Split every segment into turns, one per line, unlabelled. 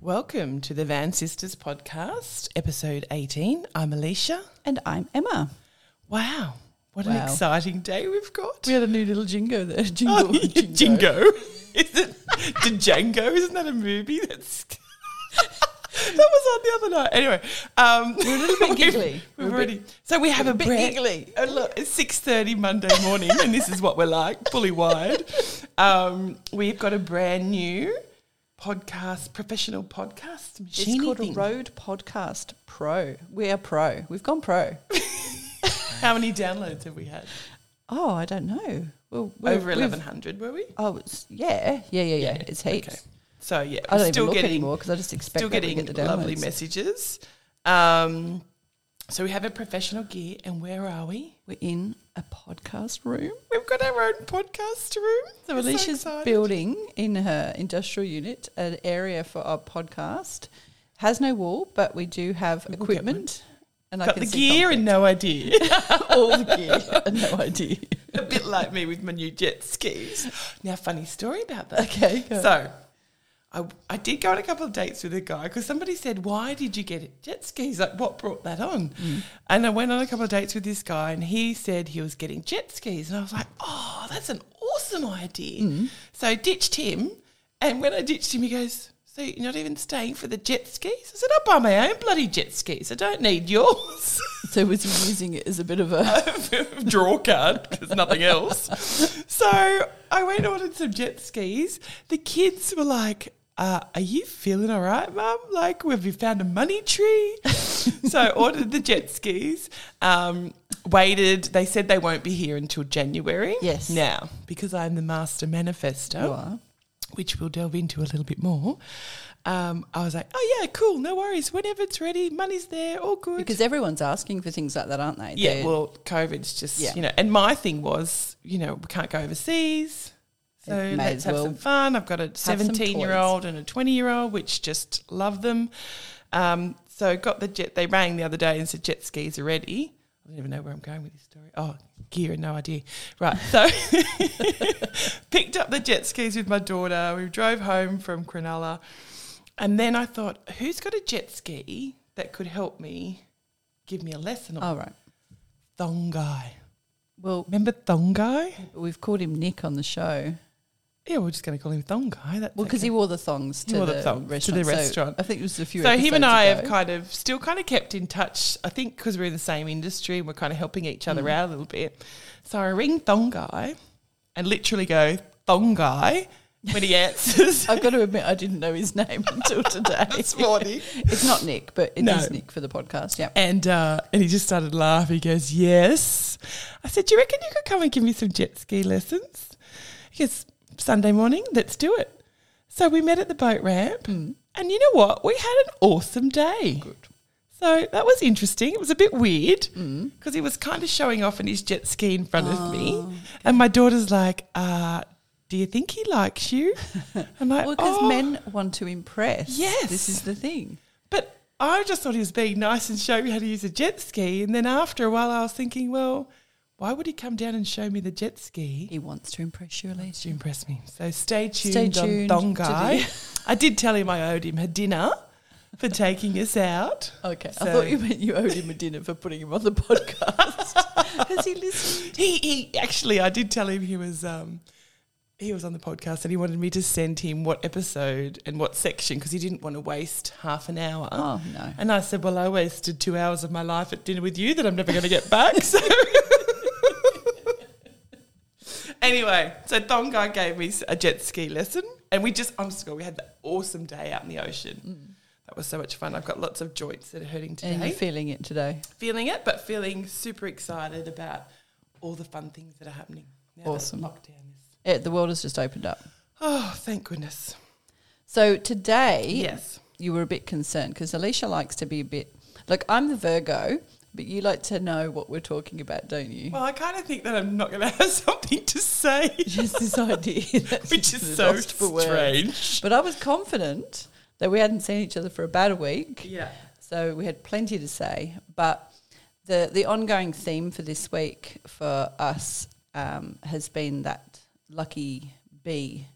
Welcome to the Van Sisters podcast, episode 18. I'm Alicia.
And I'm Emma.
Wow, what an
Wow.
exciting day we've got.
We had a new little jingo there. Jingle.
Oh, yeah, Jingo. Is it Django? Isn't that a movie? That's that was on the other night. Anyway, um, we're a
little bit giggly.
We've, already so we have a,
bit
break.
giggly.
Oh, look, it's six thirty Monday morning, and this is what we're like, fully wired. Um, we've got a brand new podcast, professional podcast
It's
machine
called
thing.
a Road Podcast Pro. We are pro. We've gone pro.
How many downloads have we had?
Oh, I don't know. Well, we're-
Over
we've-
eleven hundred, were we?
Oh, it's, yeah, yeah, yeah, yeah. It's heaps.
Okay. So yeah,
I don't
we're still
even look
getting
anymore because I just expect
still
that we
getting
get the
lovely
downloads.
messages. Um, so we have a professional gear, and where are we?
We're in a podcast room.
We've got our own podcast room.
So
We're
Alicia's
excited.
building in her industrial unit an area for our podcast. Has no wall, but we do have
will get one.
equipment. And
got the gear and no idea.
all the gear. and no idea.
a bit like me with my new jet skis. Now, funny story about that.
Okay, go.
So, I, I did go on a couple of dates with a guy because somebody said, Why did you get jet skis? Like, what brought that on?
Mm.
And I went on a couple of dates with this guy and he said he was getting jet skis. And I was like, Oh, that's an awesome idea.
Mm.
So, I ditched him. And when I ditched him, he goes, so you're not even staying for the jet skis? I said, I'll buy my own bloody jet skis. I don't need yours.
So was he using it as a bit of a
draw card because nothing else. so I went and ordered some jet skis. The kids were like, uh, "Are you feeling all right, mum? Like, have you found a money tree?" so I ordered the jet skis. Um, waited. They said they won't be here until January.
Yes.
Now, because I'm the master manifester
You are.
which we'll delve into a little bit more. Um, I was like, "Oh yeah, cool, no worries. Whenever it's ready, money's there, all good."
Because everyone's asking for things like that, aren't they?
Yeah,
They're-
well, COVID's just
Yeah.
you know. And my thing was, you know, we can't go overseas, so
May
let's
as
have
well
some fun. I've got a
some
seventeen-year-old and a twenty-year-old, which just love them. Um, so got the jet. They rang the other day and said jet skis are ready. I don't even know where I'm going with this story. Oh, gear, no idea. Right, so picked up the jet skis with my daughter. We drove home from Cronulla, and then I thought, who's got a jet ski that could help me? Give me a lesson on
all Oh, right.
Thong Guy.
Well,
Remember Thong Guy?
we've called him Nick on the show.
Yeah, we're just going to call him Thong Guy. That's
Well, because he wore the thongs
He
to
wore the
the,
thongs to the
restaurant. So
restaurant.
I think it was a few.
so him and
episodes
I have
ago.
kind of still kind of kept in touch. I think because we're in the same industry and we're kind of helping each
Mm.
other out a little bit. So I ring Thong Guy and literally go Thong Guy when he answers.
I've got to admit, I didn't know his name until today.
This morning.
it's not Nick, but it is
No.
Nick for the podcast. Yeah.
And uh, and he just started laughing. He goes, "Yes." I said, "Do you reckon you could come and give me some jet ski lessons?" He goes, "Sunday morning, let's do it." So we met at the boat ramp, and you know what? We had an awesome day. So that was interesting. It was a bit weird
Mm.
because he was kind of showing off in his jet ski in front of
Oh.
me, and my daughter's like, uh, "Do you think he likes you?" I'm like,
Hmm. Well, because
"Oh."
men want to impress.
Yes.
This is the thing.
But I just thought he was being nice and showing me how to use a jet ski. And then after a while, I was thinking, well, why would he come down and show me the jet ski
He wants to impress you,
to
Alicia.
impress me? So stay tuned,
Stay tuned
on Thong
to
Guy.
the-
I did tell him I owed him a dinner for taking us out.
Okay.
So- Oh,
I thought you meant you owed him a dinner for putting him on the podcast. Has he listened?
He, he actually, I did tell him he was. Um, he was on the podcast and he wanted me to send him what episode and what section because he didn't want to waste half an hour.
Oh no.
And I said, Well, I wasted two hours of my life at dinner with you that I'm never going to get back. So. Anyway, so Thong Guy gave me a jet ski lesson, and we just, I'm just, we had that awesome day out in the ocean. That was so much fun. I've got lots of joints that are hurting today.
Mm. And you're feeling it today.
feeling it, but feeling super excited about all the fun things that are happening. Now that
Awesome.
Lockdown is.
Yeah, the world has just opened up.
Oh, thank goodness.
So today,
Yes.
you were a bit concerned because Alicia likes to be a bit like I'm the Virgo, but you like to know what we're talking about, don't you?
Well, I kind of think that I'm not going to have something to say,
Just this idea, that's
which
just
is so
lost for words.
strange.
But I was confident that we hadn't seen each other for about a week,
Yeah.
so we had plenty to say. But the the ongoing theme for this week for us um, has been that lucky bee.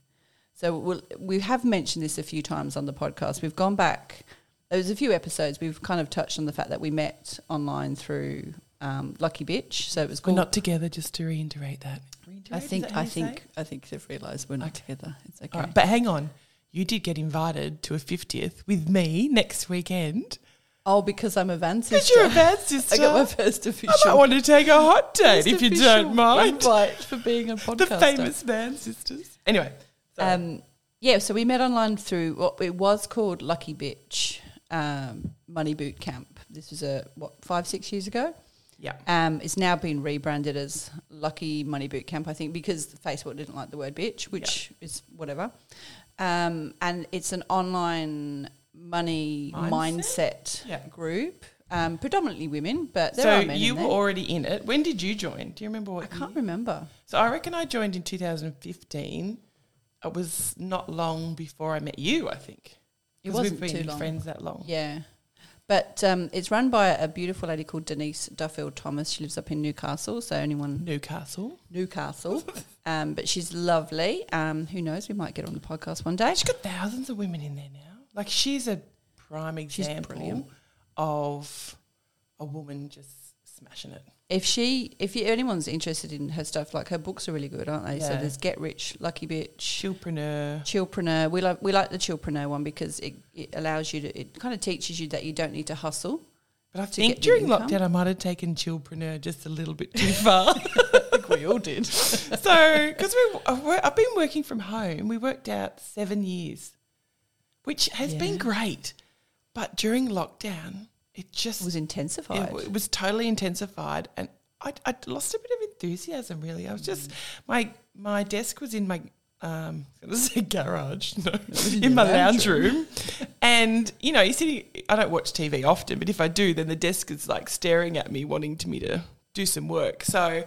So we'll, we have mentioned this a few times on the podcast. We've gone back. There was a few episodes we've kind of touched on the fact that we met online through um, Lucky Bitch. So it was
We're
called.
not together, just to reiterate that.
I
Reiterate, is that
think
how
I
you say
think
it?
I think they've realised we're not together. It's okay.
All right, but hang on. You did get invited to a 50th with me next weekend.
Oh, because I'm a van
Because
sister.
you're a bad sister.
I got my first
I might
official.
want to take a hot date
first
if you
official
don't mind.
invite for being a podcaster.
The famous man sisters. Anyway, sorry.
Um, yeah, so we met online through what it was called Lucky Bitch um, Money Boot Camp. This was a what five six years ago.
yeah,
Um, it's now been rebranded as Lucky Money Boot Camp, I think, because Facebook didn't like the word bitch, which is whatever. Um, and it's an online money
Mindset?
mindset,
Yeah.
group, um, predominantly women, but there
so
are men. in
you were
there.
already in it. When did you join? Do you remember
I
what?
can't
year?
remember.
So I reckon I joined in 2015. It was not long before I met you. I think
It
'Cause
wasn't
we've been
too long.
friends that long.
Yeah. But um, it's run by a beautiful lady called Denise Duffield Thomas. She lives up in Newcastle, so anyone
Newcastle.
Newcastle. Um, but she's lovely. Um, who knows? We might get her on the podcast one day.
She's got thousands of women in there now. Like she's a prime
brilliant.
example of a woman just smashing it.
If she, if you, anyone's interested in her stuff, like her books are really good, aren't they? So
Yeah.
there's Get Rich, Lucky Bitch,
Chillpreneur.
Chillpreneur. We like we like the Chillpreneur one because it, it allows you to, it kind of teaches you that you don't need to hustle.
But I
to
think
get the
during
income.
lockdown, I might have taken chillpreneur just a little bit too far.
we all did.
so, because we, I wo- I've been working from home, we worked out seven years, which has been
Yeah.
great. But during lockdown, it just
It was intensified.
it, w- it was totally intensified, and I, I lost a bit of enthusiasm. Really, I was just my my desk was in my um, I was gonna say garage, no, in,
your
my lounge
lounge
room, and you know, you see, I don't watch TV often, but if I do, then the desk is like staring at me, wanting to me to do some work. So.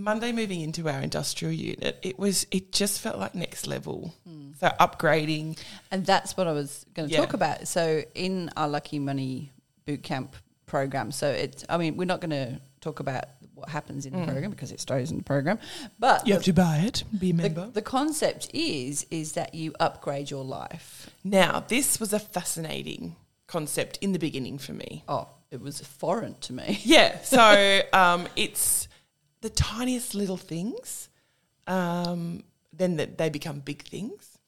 Monday moving into our industrial unit, it was it just felt like next level. So upgrading,
And that's what I was going to
Yeah.
talk about. So in our Lucky Money boot camp program, so it's I mean we're not going to talk about what happens in the program because it stays in the program, but
Mm. you have to buy it, be a
the,
member.
the, the concept is is that you upgrade your life.
Now, this was a fascinating concept in the beginning for me.
Oh, it was foreign to me.
Yeah, so um, it's the tiniest little things, um, then that they become big things.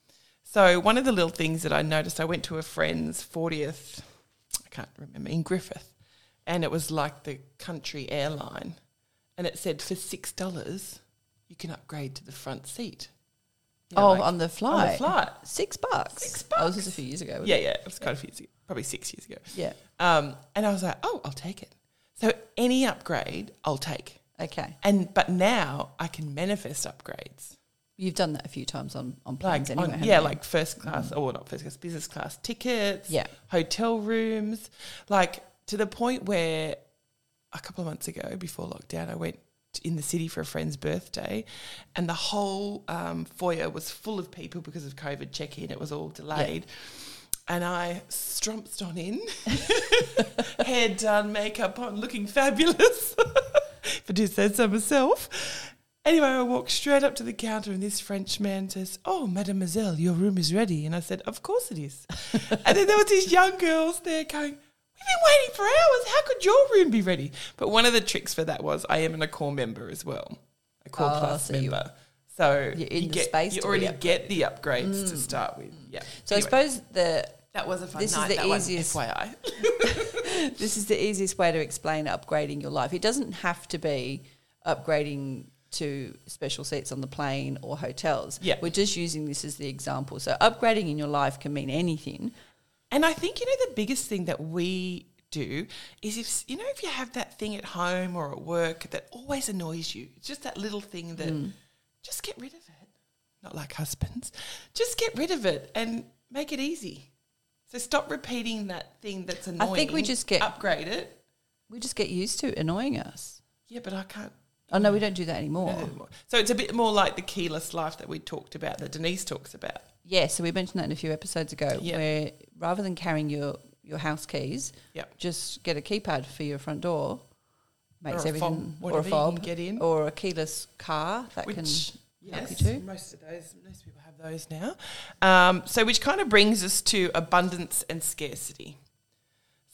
So one of the little things that I noticed, I went to a friend's fortieth, I can't remember in Griffith, and it was like the country airline, and it said for six dollars you can upgrade to the front seat. You know,
oh,
like
on the flight,
on the flight.
six bucks.
Six
Oh, this was a few years ago. wasn't
Yeah,
it?
yeah, it was quite a few years ago, probably six years ago.
yeah.
Um, and I was like, oh, I'll take it. So any upgrade, I'll take.
Okay,
And but now I can manifest upgrades,
you've done that a few times on on
like
planes anyway.
on,
haven't
yeah,
you?
like first class or not first class, business class tickets,
Yeah.
hotel rooms, like to the point where a couple of months ago before lockdown, I went in the city for a friend's birthday, and the whole um, foyer was full of people because of COVID check in. It was all delayed. And I strumped on in, hair done, makeup on, looking fabulous, if I do say so myself. Anyway, I walked straight up to the counter, and this French man says, Oh, mademoiselle, your room is ready. And I said, Of course it is. and then there was these young girls there going, We've been waiting for hours. How could your room be ready? But one of the tricks for that was I am an Accor member as well, a core
Ah,
plus
so you-
member. So
You're in
you
the
get,
space
you
to
already
be
get the upgrades to start with. Yeah.
So
Anyway,
I suppose the
that was a fun
this is
night.
the
that one,
easiest-
FYI.
this is the easiest way to explain upgrading your life. It doesn't have to be upgrading to special seats on the plane or hotels.
Yeah.
We're just using this as the example. So upgrading in your life can mean anything.
And I think you know the biggest thing that we do is if you know if you have that thing at home or at work that always annoys you, it's just that little thing that
Mm.
just get rid of it. Not like husbands, just get rid of it and make it easy. So stop repeating that thing that's annoying.
I think we just get-
upgrade it.
We just get used to annoying us.
Yeah, but I can't.
Oh no, we don't do that anymore.
anymore. So it's a bit more like the keyless life that we talked about, that Denise talks about.
Yeah, so we mentioned that in a few episodes ago
Yeah.
where rather than carrying your, your house keys,
Yep.
just get a keypad for your front door. Makes
Or a fob,
everything or
whatever
a
you
fob
can get in.
or a keyless car that
Which
can Happy
Yes,
to.
most of those, most people have those now. Um, so, which kind of brings us to abundance and scarcity.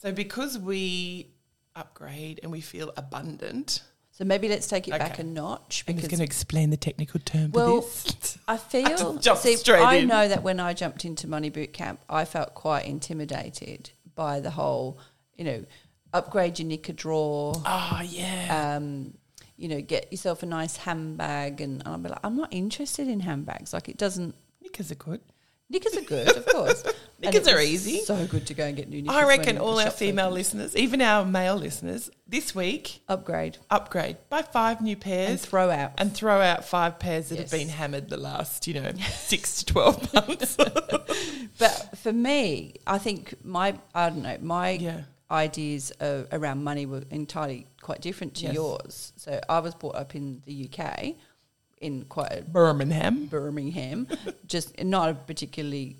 So, because we upgrade and we feel abundant,
So maybe let's take it back
Okay.
a notch
I'm just
because
going to explain the technical term for
Well,
this.
I feel.
Jump
see,
straight
I
in.
know that when I jumped into Money Boot Camp, I felt quite intimidated by the whole, you know, upgrade your knicker drawer.
Oh, yeah.
um, you know, get yourself a nice handbag. And, and I'll be like, I'm not interested in handbags. Like, it doesn't.
Knickers are good.
Knickers are good, of course. And
Knickers
it
are
was
easy.
So good to go and get new knickers.
I
when
reckon
the
all our
shops
female
open.
listeners, even our male listeners, this week
upgrade
upgrade by five new
and
pairs
throw out.
and throw out five pairs that
Yes.
have been hammered the last, you know, six to 12 months.
But for me, I think my I don't know my
Yeah.
ideas uh, around money were entirely quite different to
Yes.
yours. So I was brought up in the UK, in quite a
Birmingham.
Birmingham, just not a particularly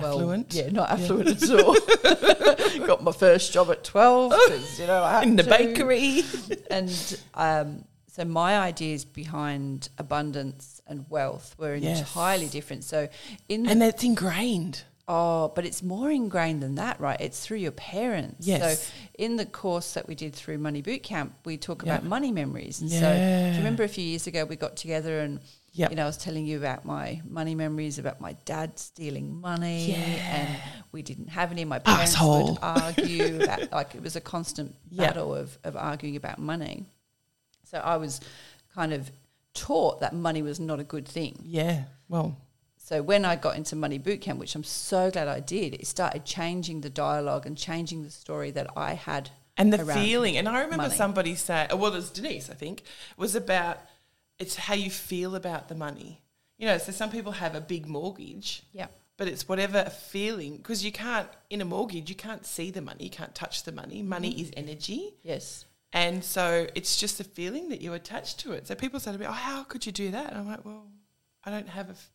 well-
Affluent.
yeah, not
Yeah.
affluent at all. Got my first job at twelve, 'cause, you know, I had
In the
to.
bakery.
and um, so my ideas behind abundance and wealth were
Yes.
entirely different. So in the
And that's ingrained.
Oh, but it's more ingrained than that, right? It's through your parents.
Yes.
So in the course that we did through Money Boot Camp, we talk
Yeah.
about money memories. And so do
Yeah.
you remember a few years ago we got together and
Yep.
you know, I was telling you about my money memories, about my dad stealing money and we didn't have any. My parents
Asshole.
would argue about like it was a constant
Yeah.
battle of, of arguing about money. So I was kind of taught that money was not a good thing.
Yeah. Well,
So when I got into Money Bootcamp, which I'm so glad I did, it started changing the dialogue and changing the story that I had.
and the
around
feeling. And I remember
money.
somebody say, oh, well, it was Denise, I think, was about it's how you feel about the money. You know, so some people have a big mortgage.
Yeah.
But it's whatever feeling, because you can't, in a mortgage, you can't see the money, you can't touch the money. Money
Mm-hmm.
is energy.
Yes.
And so it's just a feeling that you attach to it. So people say to me, oh, how could you do that? And I'm like, well, I don't have a, f-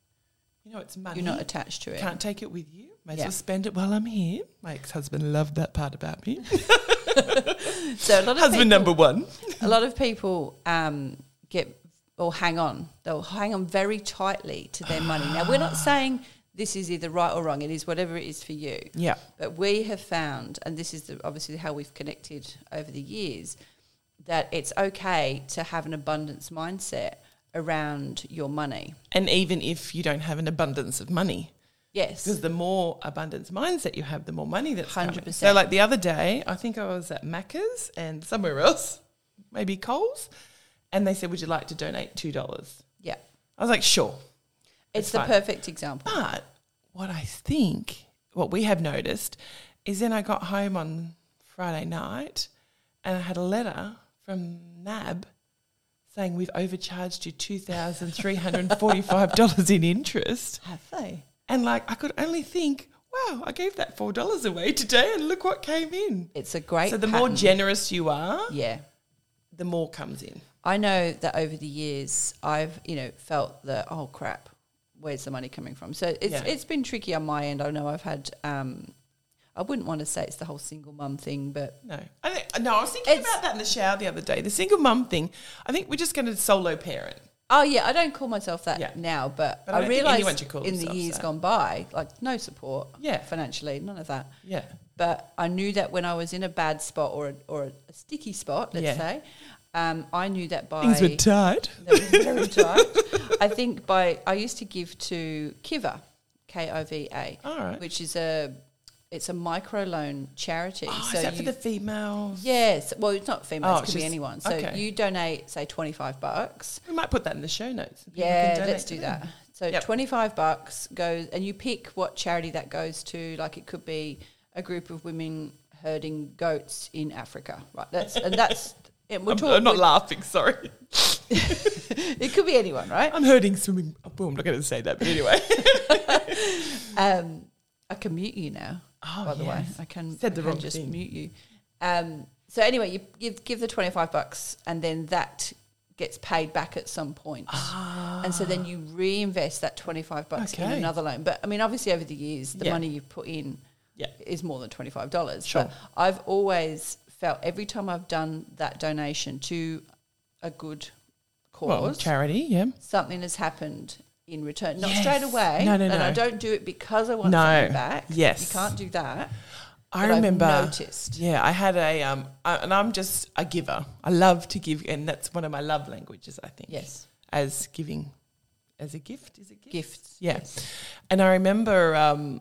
you know, it's money.
You're not attached to it.
Can't take it with you. May as
Yeah.
well spend it while I'm here. My ex-husband loved that part about me.
So a lot of
Husband
people,
number one.
a lot of people um, get or hang on. They'll hang on very tightly to their money. Now we're
Ah.
not saying this is either right or wrong. It is whatever it is for you.
Yeah.
But we have found, and this is the, obviously how we've connected over the years, that it's okay to have an abundance mindset around your money.
And even if you don't have an abundance of money,
Yes.
because the more abundance mindset you have, the more money that's coming.
100%.
So, like the other day, I think I was at Macca's and somewhere else, maybe Coles, and they said, "Would you like to donate two dollars?"
Yeah.
I was like, "Sure."
It's
It's
the
fine.
perfect example.
But what I think, what we have noticed, is then I got home on Friday night and I had a letter from NAB saying we've overcharged you two thousand three hundred and forty five dollars in interest.
Have they?
And like I could only think, wow, I gave that four dollars away today and look what came in.
It's a great
so the more
pattern.
generous you are,
Yeah.
the more comes in.
I know that over the years I've, you know, felt that oh crap, where's the money coming from? So it's
Yeah.
it's been tricky on my end. I know I've had um I wouldn't want to say it's the whole single mum thing, but
No. I think, no, I was thinking
It's-
about that in the shower the other day. The single mum thing, I think we're just gonna solo parent.
Oh yeah, I don't call myself that
Yeah.
now, but,
But I
I,
don't think
realise
anyone should call
in the
themselves
years
that.
gone by, like no support,
Yeah.
financially, none of that.
Yeah.
But I knew that when I was in a bad spot or a, or a sticky spot, let's
Yeah.
say, um, I knew that by
Things were tight.
that was very tight. I think by I used to give to Kiva, K O V A,
All right.
which is a it's a microloan charity.
Oh, is that for the females?
Yes, well, it's not females;
Oh,
it could be
she's-
anyone. So
okay.
you donate, say, twenty five bucks,
We might put that in the show notes. and people can
yeah,
donate
let's
to
do
them.
that. So
Yep.
25 bucks goes and you pick what charity that goes to. Like it could be a group of women herding goats in Africa. Right. That's and that's and we're
I'm,
talking
I'm not laughing, sorry.
it could be anyone, right?
I'm hurting swimming. Well, I'm not going to say that, but anyway.
Um I can mute you now.
Oh,
by the way.
yes.
I can,
Said
I
the
can
wrong
just
thing.
mute you. Um so anyway, you give give the 25 bucks and then that gets paid back at some point. And so then you reinvest that 25 bucks in
Ah. Okay.
another loan. But I mean, obviously over the years, the
Yeah.
money you've put in
Yeah.
is more than twenty five dollars.
Sure.
But I've always felt every time I've done that donation to a good cause,
Well, charity, yeah.
something has happened in return. Not
Yes.
straight away.
No, no,
and I
no.
don't do it because I want
No.
something back.
Yes.
You can't do that.
I
But I've
remember.
noticed.
Yeah, I had a um, I, and I'm just a giver. I love to give, and that's one of my love languages. I think.
Yes.
As giving, as a gift, is it gift?
Gifts.
Yeah.
Yes.
And I remember um,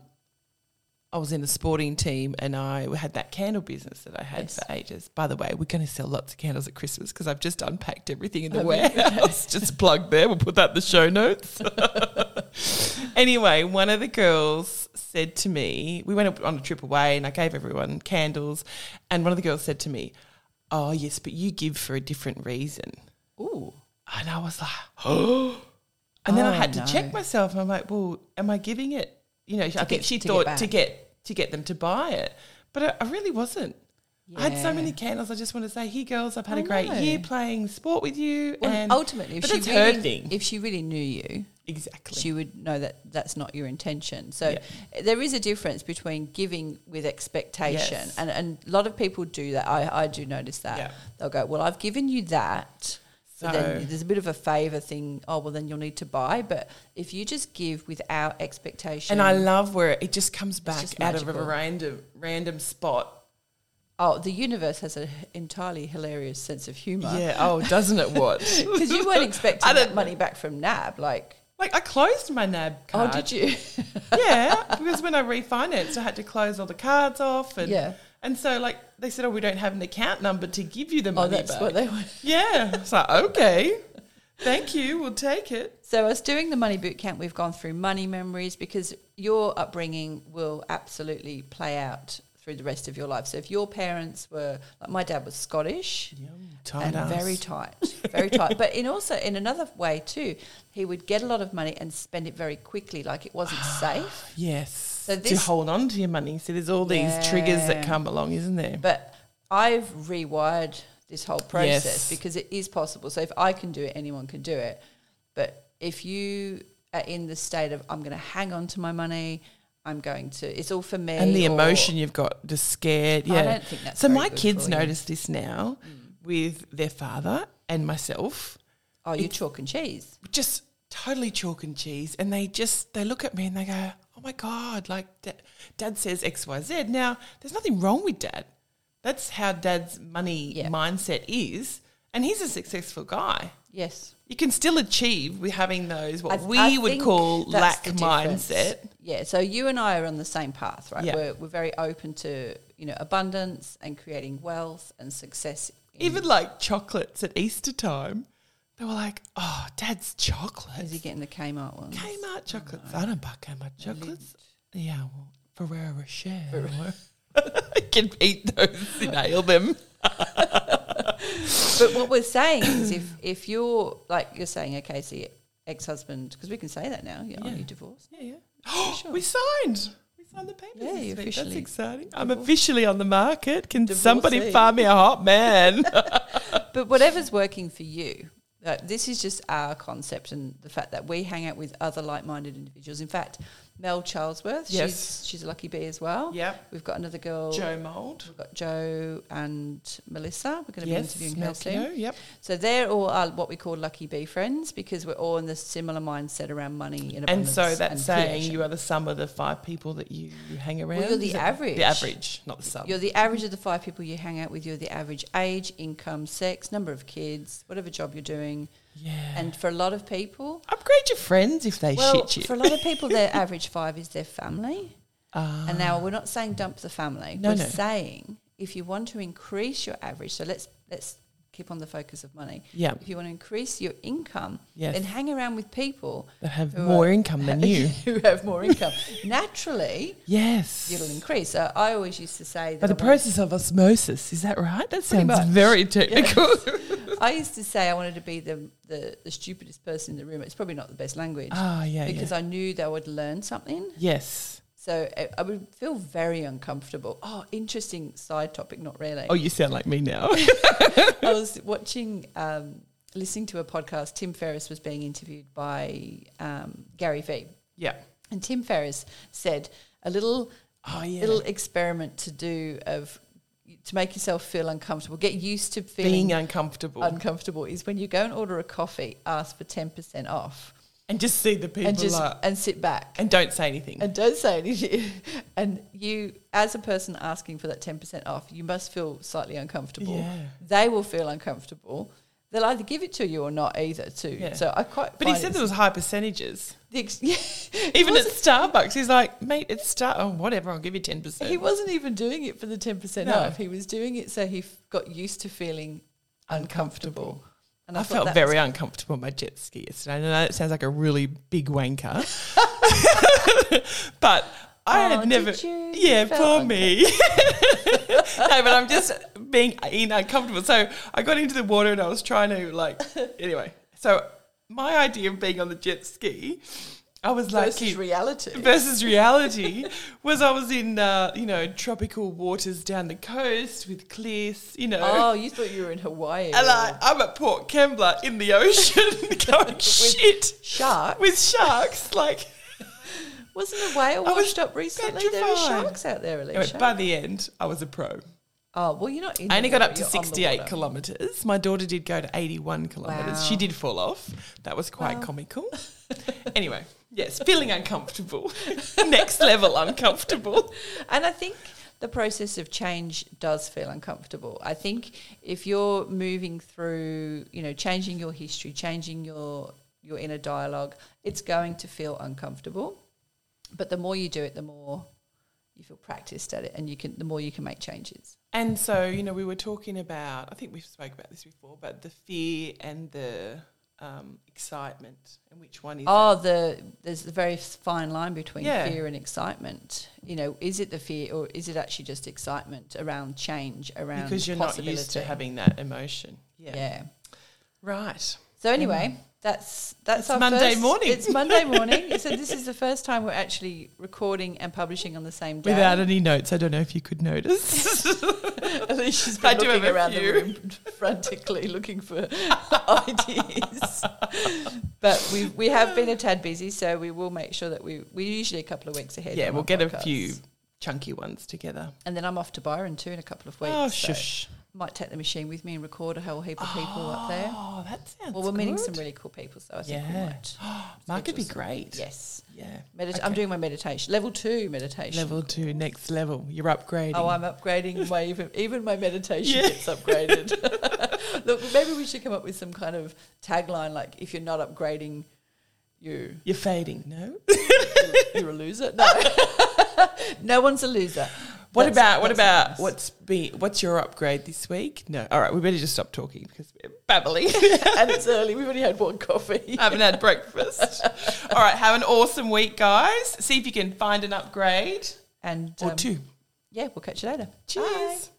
I was in a sporting team and I had that candle business that I had
Yes.
for ages. By the way, we're going to sell lots of candles at Christmas because I've just unpacked everything in the
Have you?
warehouse. just plug there. We'll put that in the show notes. anyway, one of the girls said to me, we went on a trip away and I gave everyone candles. And one of the girls said to me, Oh, yes, but you give for a different reason.
Ooh.
And I was like, oh. And then I
Oh,
had to
no.
check myself. I'm like, well, am I giving it? You know, I think
get-
she
to get
thought
back.
to get to get them to buy it, but I, I really wasn't. I had so
Yeah.
many candles. I just want to say, hey girls, I've had
I
a great
know.
year playing sport with you,
Well,
and
ultimately, if
but
she
that's
really,
her thing.
if she really knew you,
exactly.
she would know that that's not your intention. So
Yeah.
there is a difference between giving with expectation,
Yes.
and and a lot of people do that. I I do notice that
Yeah.
they'll go, well, I've given you that. So
So-
then there's a bit of a favour thing. Oh well, then you'll need to buy. But if you just give without expectation,
and I love where it just comes back
just
out of a
magical.
random random spot.
oh, the universe has an entirely hilarious sense of humour.
Yeah. Oh, doesn't it? What?
because you weren't
I
expecting
don't-
that money back from NAB. Like,
Like I closed my NAB card.
oh, did you?
yeah, because when I refinanced, I had to close all the cards off, and
Yeah.
and so like they said, oh, we don't have an account number to give you the money
oh, that's
back.
what they were.
yeah, it's like okay, thank you, we'll take it.
So, us doing the money boot camp, we've gone through money memories because your upbringing will absolutely play out through the rest of your life. So, if your parents were like my dad was Scottish and very tight, very tight, but in also in another way too, he would get a lot of money and spend it very quickly, like it wasn't safe.
yes.
So
to
this-
hold on to your money. So there's all these triggers that
Yeah.
come along, isn't there?
But I've rewired this whole process
Yes.
because it is possible. So if I can do it, anyone can do it. But if you are in the state of I'm going to hang on to my money, I'm going to. It's all for me.
and the
or-
emotion you've got, just scared.
I
Yeah.
don't think that's
so
very
my
good
kids
for you. Mm.
notice this now with their father and myself.
Oh, you're chalk and cheese.
just totally chalk and cheese and they just they look at me and they go oh my god like da- dad says xyz now there's nothing wrong with dad that's how dad's money
Yeah.
mindset is and he's a successful guy
Yes.
you can still achieve with having those what
I-
we
I
would
think
call
that's
lack
the difference.
mindset
Yeah, so you and I are on the same path, right?
Yeah.
We're, we're very open to you know abundance and creating wealth and success. in-
even like chocolates at easter time they were like oh dad's chocolates
is he getting the Kmart ones?
Kmart chocolates. I don't buy Kmart chocolates. Yeah, well, Ferrero Rocher. I can eat those and nail them.
But what we're saying is, if if you're like you're saying, okay, so your ex-husband, because we can say that now, yeah, oh,
Yeah.
you divorced.
Yeah, yeah. we signed. We signed the papers.
Yeah,
this
you
week. That's
officially
exciting. I'm officially on the market. Can somebody
Divorcee.
find me a hot man?
But whatever's working for you, uh, this is just our concept and the fact that we hang out with other like-minded individuals. In fact, Mel Charlesworth,
Yes.
she's she's a lucky bee as well.
yep.
We've got another girl.
Joe Mould.
We've got Joe and Melissa. We're going to be interviewing her
Mel
soon.
Keogh, Yep.
So they're all our, what we call lucky bee friends because we're all in this similar mindset around money and
And
abundance
so
and
that's saying
creation.
you are the sum of the five people that you hang around.
you're the
Is it-
average.
The average, not the sum.
You're the average of the five people you hang out with. You're the average age, income, sex, number of kids, whatever job you're doing.
yeah.
And for a lot of people,
upgrade your friends if they
well,
shit you.
for a lot of people, their average five is their family.
Ah.
And now we're not saying dump the family.
No,
we're
no.
saying if you want to increase your average, so let's let's keep on the focus of money.
yeah.
If you want to increase your income,
Yes.
then hang around with people
that have
who
more
are-
income than you.
who have more income. Naturally,
yes.
it'll increase. So I always used to say that
By the
I want-
process of osmosis, is that right? That sounds
much.
very technical.
I used to say I wanted to be the, the, the stupidest person in the room. It's probably not the best language
Ah, yeah.
because
yeah.
I knew they would learn something.
yes.
So I, I would feel very uncomfortable. Oh, interesting side topic, not really.
Oh, you sound like me now.
I was watching, um, listening to a podcast. Tim Ferriss was being interviewed by um, Gary Vee.
yeah.
And Tim Ferriss said a little
Oh, yeah.
little experiment to do of to make yourself feel uncomfortable, get used to feeling
Being uncomfortable.
uncomfortable is when you go and order a coffee, ask for 10% off
and just see the people
and just
like-
and sit back
and don't say anything.
and don't say anything. And you, as a person asking for that 10% off, you must feel slightly uncomfortable.
Yeah.
They will feel uncomfortable. They'll either give it to you or not either too.
Yeah.
So I quite
but he
find
said
it's-
there was high percentages.
the ex-
Even at Starbucks, he's like, mate, it's Star. Oh, whatever. I'll give you ten percent.
he wasn't even doing it for the 10%
No.
off. He was doing it so he f- got used to feeling uncomfortable. And
I,
thought
felt
that
very uncomfortable on my jet ski yesterday. And I know it sounds like a really big wanker, but I
Oh,
had never.
did you?
Yeah,
You felt
for me. no, but I'm just being in uncomfortable. So I got into the water and I was trying to like. Anyway, so my idea of being on the jet ski, I was like
versus reality.
versus reality was I was in uh, you know tropical waters down the coast with clear, s- you know.
Oh, you thought you were in Hawaii.
And
or
like, I'm at Port Kembla in the ocean going shit
shark.
with sharks. Like,
Wasn't a whale
I was
washed up recently? There were
petrified.
sharks out there,
Anyway,
Alicia.
by the end, I was a pro.
oh, well, you're not in
I
the
only got
water,
up to
you're on the
68
water.
kilometres. My daughter did go to 81 kilometres. She
Wow.
did fall off. That was quite
Wow.
comical. anyway, yes, feeling uncomfortable. Next level uncomfortable.
And I think the process of change does feel uncomfortable. I think if you're moving through, you know, changing your history, changing your your inner dialogue, it's going to feel uncomfortable. But the more you do it, the more you feel practiced at it, and you can the more you can make changes.
And so, you know, we were talking about, I think we've spoke about this before, but the fear and the um, excitement and which one is
Oh, the there's a very fine line between
Yeah.
fear and excitement. You know, is it the fear or is it actually just excitement around change, around
because you're not used to
possibility?
having that emotion.
yeah.
Right.
So anyway, that's that's
Mm. It's
our
Monday
first-
morning.
It's Monday morning. so this is the first time we're actually recording and publishing on the same day.
Without any notes, I don't know if you could notice.
Alicia's
I
been
do
looking
have a
around the
few.
room frantically looking for ideas. but we we have been a tad busy, so we will make sure that we we're usually a couple of weeks ahead.
yeah,
on
we'll
our
get a
podcasts.
few chunky ones together.
And then I'm off to Byron too in a couple of weeks.
oh,
so
shush.
Might take the machine with me and record a whole heap of people up there.
Oh, that sounds
Well, we're meeting
good.
some really cool people, so I think
Yeah.
we might.
Mark would be
schedule some-
great.
Yes.
Yeah.
Medita- I'm
Okay.
doing my meditation, level two meditation.
Level two, next level. You're upgrading.
Oh, I'm upgrading my even even my meditation
Yeah.
gets upgraded. Look, maybe we should come up with some kind of tagline like, "If you're not upgrading, you
You're fading, no?
you're a loser." No, no one's a loser.
What
That's-
about what
that's
about
nice.
what's be what's your upgrade this week? No, all right, we better just stop talking because we're babbling.
and it's early. We've only had one coffee.
I haven't had breakfast. All right, have an awesome week, guys. See if you can find an upgrade
And
or
um,
two.
yeah, we'll catch you later.
Cheers.
Bye.